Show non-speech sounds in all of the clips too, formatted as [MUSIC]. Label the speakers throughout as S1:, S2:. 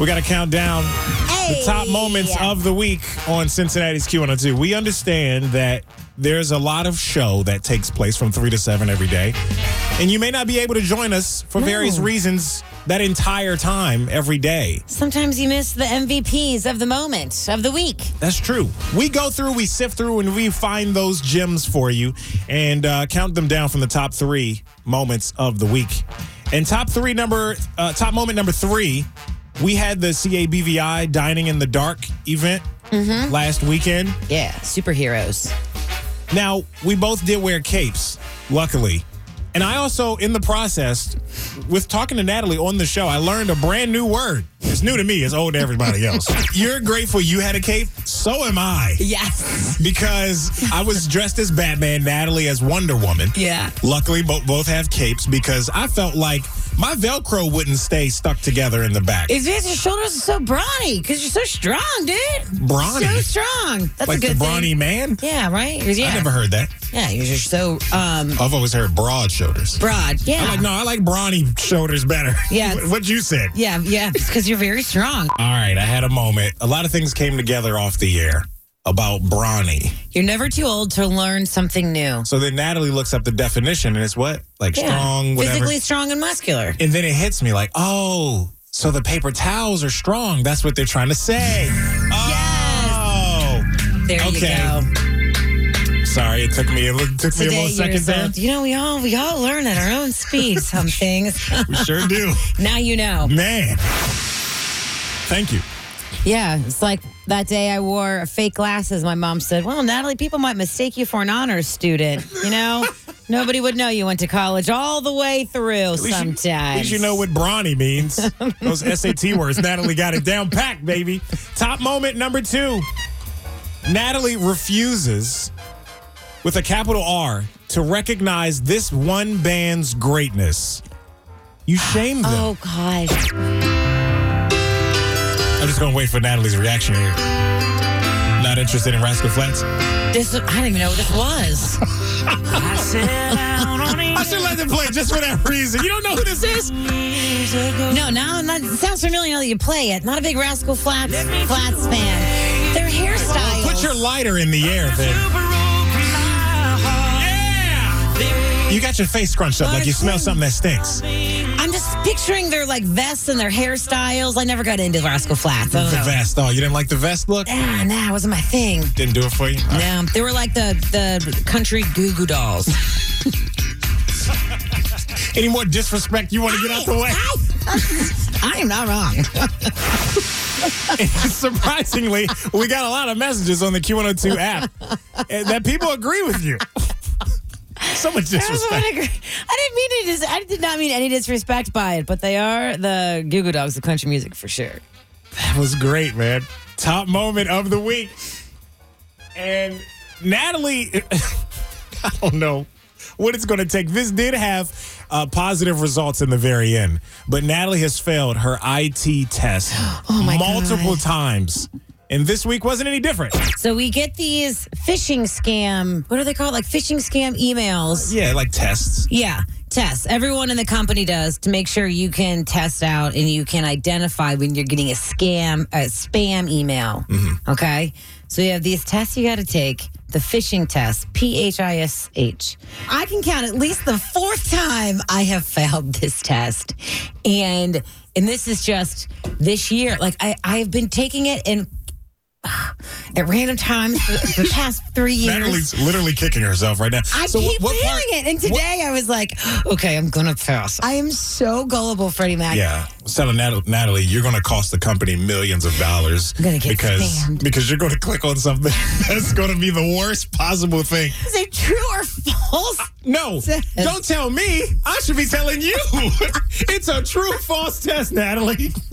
S1: We got to count down the top moments of the week on Cincinnati's Q102. We understand that there's a lot of show that takes place from 3 to 7 every day. And you may not be able to join us for various
S2: No.
S1: reasons that entire time every day.
S2: Sometimes you miss the MVPs of the moment, of the week.
S1: That's true. We go through, we sift through, and we find those gems for you and uh, count them down from the top three moments of the week. And top three number, uh, top moment number three, we had the CABVI Dining in the Dark event last weekend.
S2: Yeah, superheroes.
S1: Now, we both did wear capes, luckily. And I also, in the process, with talking to Natalie on the show, I learned a brand new word. It's new to me, it's old to everybody else. You're grateful you had a cape, so am I.
S2: Yes. [LAUGHS]
S1: Because I was dressed as Batman, Natalie as Wonder Woman.
S2: Yeah.
S1: Luckily, bo- both have capes because I felt like my Velcro wouldn't stay stuck together in the back.
S2: It's because your shoulders are so brawny because you're so strong, dude.
S1: Brawny?
S2: So strong. That's
S1: like
S2: a good
S1: the brawny
S2: thing.
S1: man?
S2: Yeah, right? 'Cause, Yeah.
S1: I never heard that.
S2: yeah, you're just so um,
S1: I've always heard broad shoulders.
S2: broad. Yeah.
S1: I'm like, no, I like brawny shoulders better. [LAUGHS]
S2: Yeah.
S1: What- what you said.
S2: Yeah, yeah, because you're very strong.
S1: All right, I had a moment. A lot of things came together off the air about brawny.
S2: You're never too old to learn something new.
S1: So then Natalie looks up the definition and it's what? Like
S2: Yeah.
S1: strong, whatever.
S2: Physically strong and muscular.
S1: And then it hits me like, oh, so the paper towels are strong. That's what they're trying to say. Oh.
S2: There you
S1: Okay.
S2: go.
S1: Sorry, it took me a little, took me a
S2: Today,
S1: little second
S2: years
S1: there.
S2: old. You know, we all we all learn at our
S1: [LAUGHS]
S2: own speed some things. [LAUGHS]
S1: We sure do.
S2: now you know.
S1: Man. Thank you.
S2: Yeah, it's like that day I wore fake glasses. My mom said, "Well, Natalie, people might mistake you for an honors student.
S1: [LAUGHS]
S2: You know, nobody would know you went to college all the way through.
S1: least you-
S2: sometimes,
S1: At least you know what brawny means.
S2: [LAUGHS]
S1: Those SAT words. Natalie got it down packed, baby. Top moment number two. Natalie refuses, with a capital R, to recognize this one band's greatness. You shame them.
S2: Oh God,
S1: I'm just gonna wait for Natalie's reaction here. Not interested in Rascal Flats.
S2: this I don't even know what this was.
S3: I sit
S4: [LAUGHS]
S3: down on
S1: I should let them play just for that reason. You don't know who this is?
S3: years ago.
S2: No, now that sounds familiar. Now that you play it, not a big Rascal Flats Flats fan. Their hairstyles.
S1: Put your lighter in the air, then. Yeah! You got your face scrunched up like you smell something that stinks.
S2: I'm just picturing their like vests and their hairstyles. I never got into Rascal Flats. I don't
S1: The
S2: know.
S1: vest. Oh, you didn't like the vest look?
S2: Ah, nah, it wasn't my thing.
S1: Didn't do it for you? All right.
S2: Yeah, they were like the the country Goo Goo Dolls.
S1: Any more disrespect you want to get out the way?
S2: I am not [LAUGHS] wrong.
S1: [LAUGHS] Surprisingly, we got a lot of messages on the Q102 app eh, that people agree with you. [LAUGHS] so much
S2: I also
S1: disrespect.
S2: wanna agree- I didn't mean any dis- I did not mean any disrespect by it, but they are the Goo Goo Dolls of country music for sure.
S1: That was great, man. Top moment of the week. And Natalie, [LAUGHS] I don't know what it's going to take. This did have uh, positive results in the very end, but Natalie has failed her IT
S2: [GASPS]
S1: test
S2: Oh my
S1: multiple
S2: God.
S1: times. And this week wasn't any different.
S2: So we get these phishing scam. What are they called? Like phishing scam emails.
S1: Yeah, like tests.
S2: Yeah, tests. Everyone in the company does to make sure you can test out and you can identify when you're getting a scam, a spam email. Okay. So you have these tests you got to take the phishing test, P H I S H. I can count at least the fourth time I have failed this test. And and this is just this year. Like I, I've been taking it and [SIGHS] at random times for the past
S1: [LAUGHS]
S2: three years.
S1: Natalie's literally kicking herself right now.
S2: I
S1: So
S2: keep
S1: what
S2: doing
S1: part-
S2: it. And today I was like, okay, I'm going to pass. I am so gullible, Freddie Mac.
S1: Yeah, I was telling Natalie, Natalie you're going to cost the company millions of dollars
S2: I'm gonna get
S1: because
S2: spammed.
S1: because you're going to click on something [LAUGHS] that's going to be the worst possible thing.
S2: Is it true or false?
S1: No, don't tell me. I should be telling you. [LAUGHS] it's a true false test, Natalie. [LAUGHS]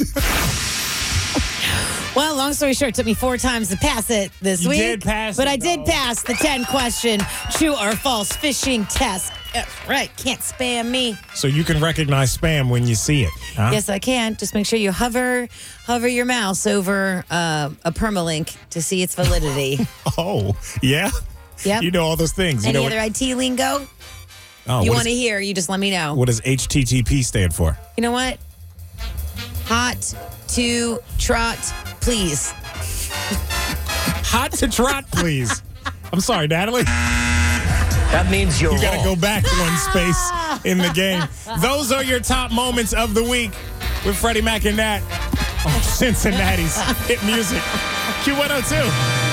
S2: Well, long story short, it took me four times to pass it this
S1: You
S2: week.
S1: did pass
S2: But
S1: it,
S2: I did
S1: though.
S2: pass the 10 question true or false phishing test. Yeah, Right. Can't spam me.
S1: So you can recognize spam when you see it. Huh?
S2: Yes, I can. Just make sure you hover hover your mouse over uh, a permalink to see
S1: [LAUGHS]
S2: its validity.
S1: Oh, yeah.
S2: Yep.
S1: You know all those things.
S2: Any
S1: you know
S2: other IT lingo
S1: oh,
S2: you
S1: what,
S2: want to
S1: is,
S2: hear, you just let me know.
S1: what does HTTP stand for?
S2: You know what? Hot hot to trot, please.
S1: Hot to trot,
S2: [LAUGHS]
S1: please. I'm sorry, Natalie.
S4: That means you're
S1: You gotta
S4: wrong.
S1: go back one space in the game. Those are your top moments of the week with Oh, Freddie Mac and Nat on Cincinnati's hit music. Q102.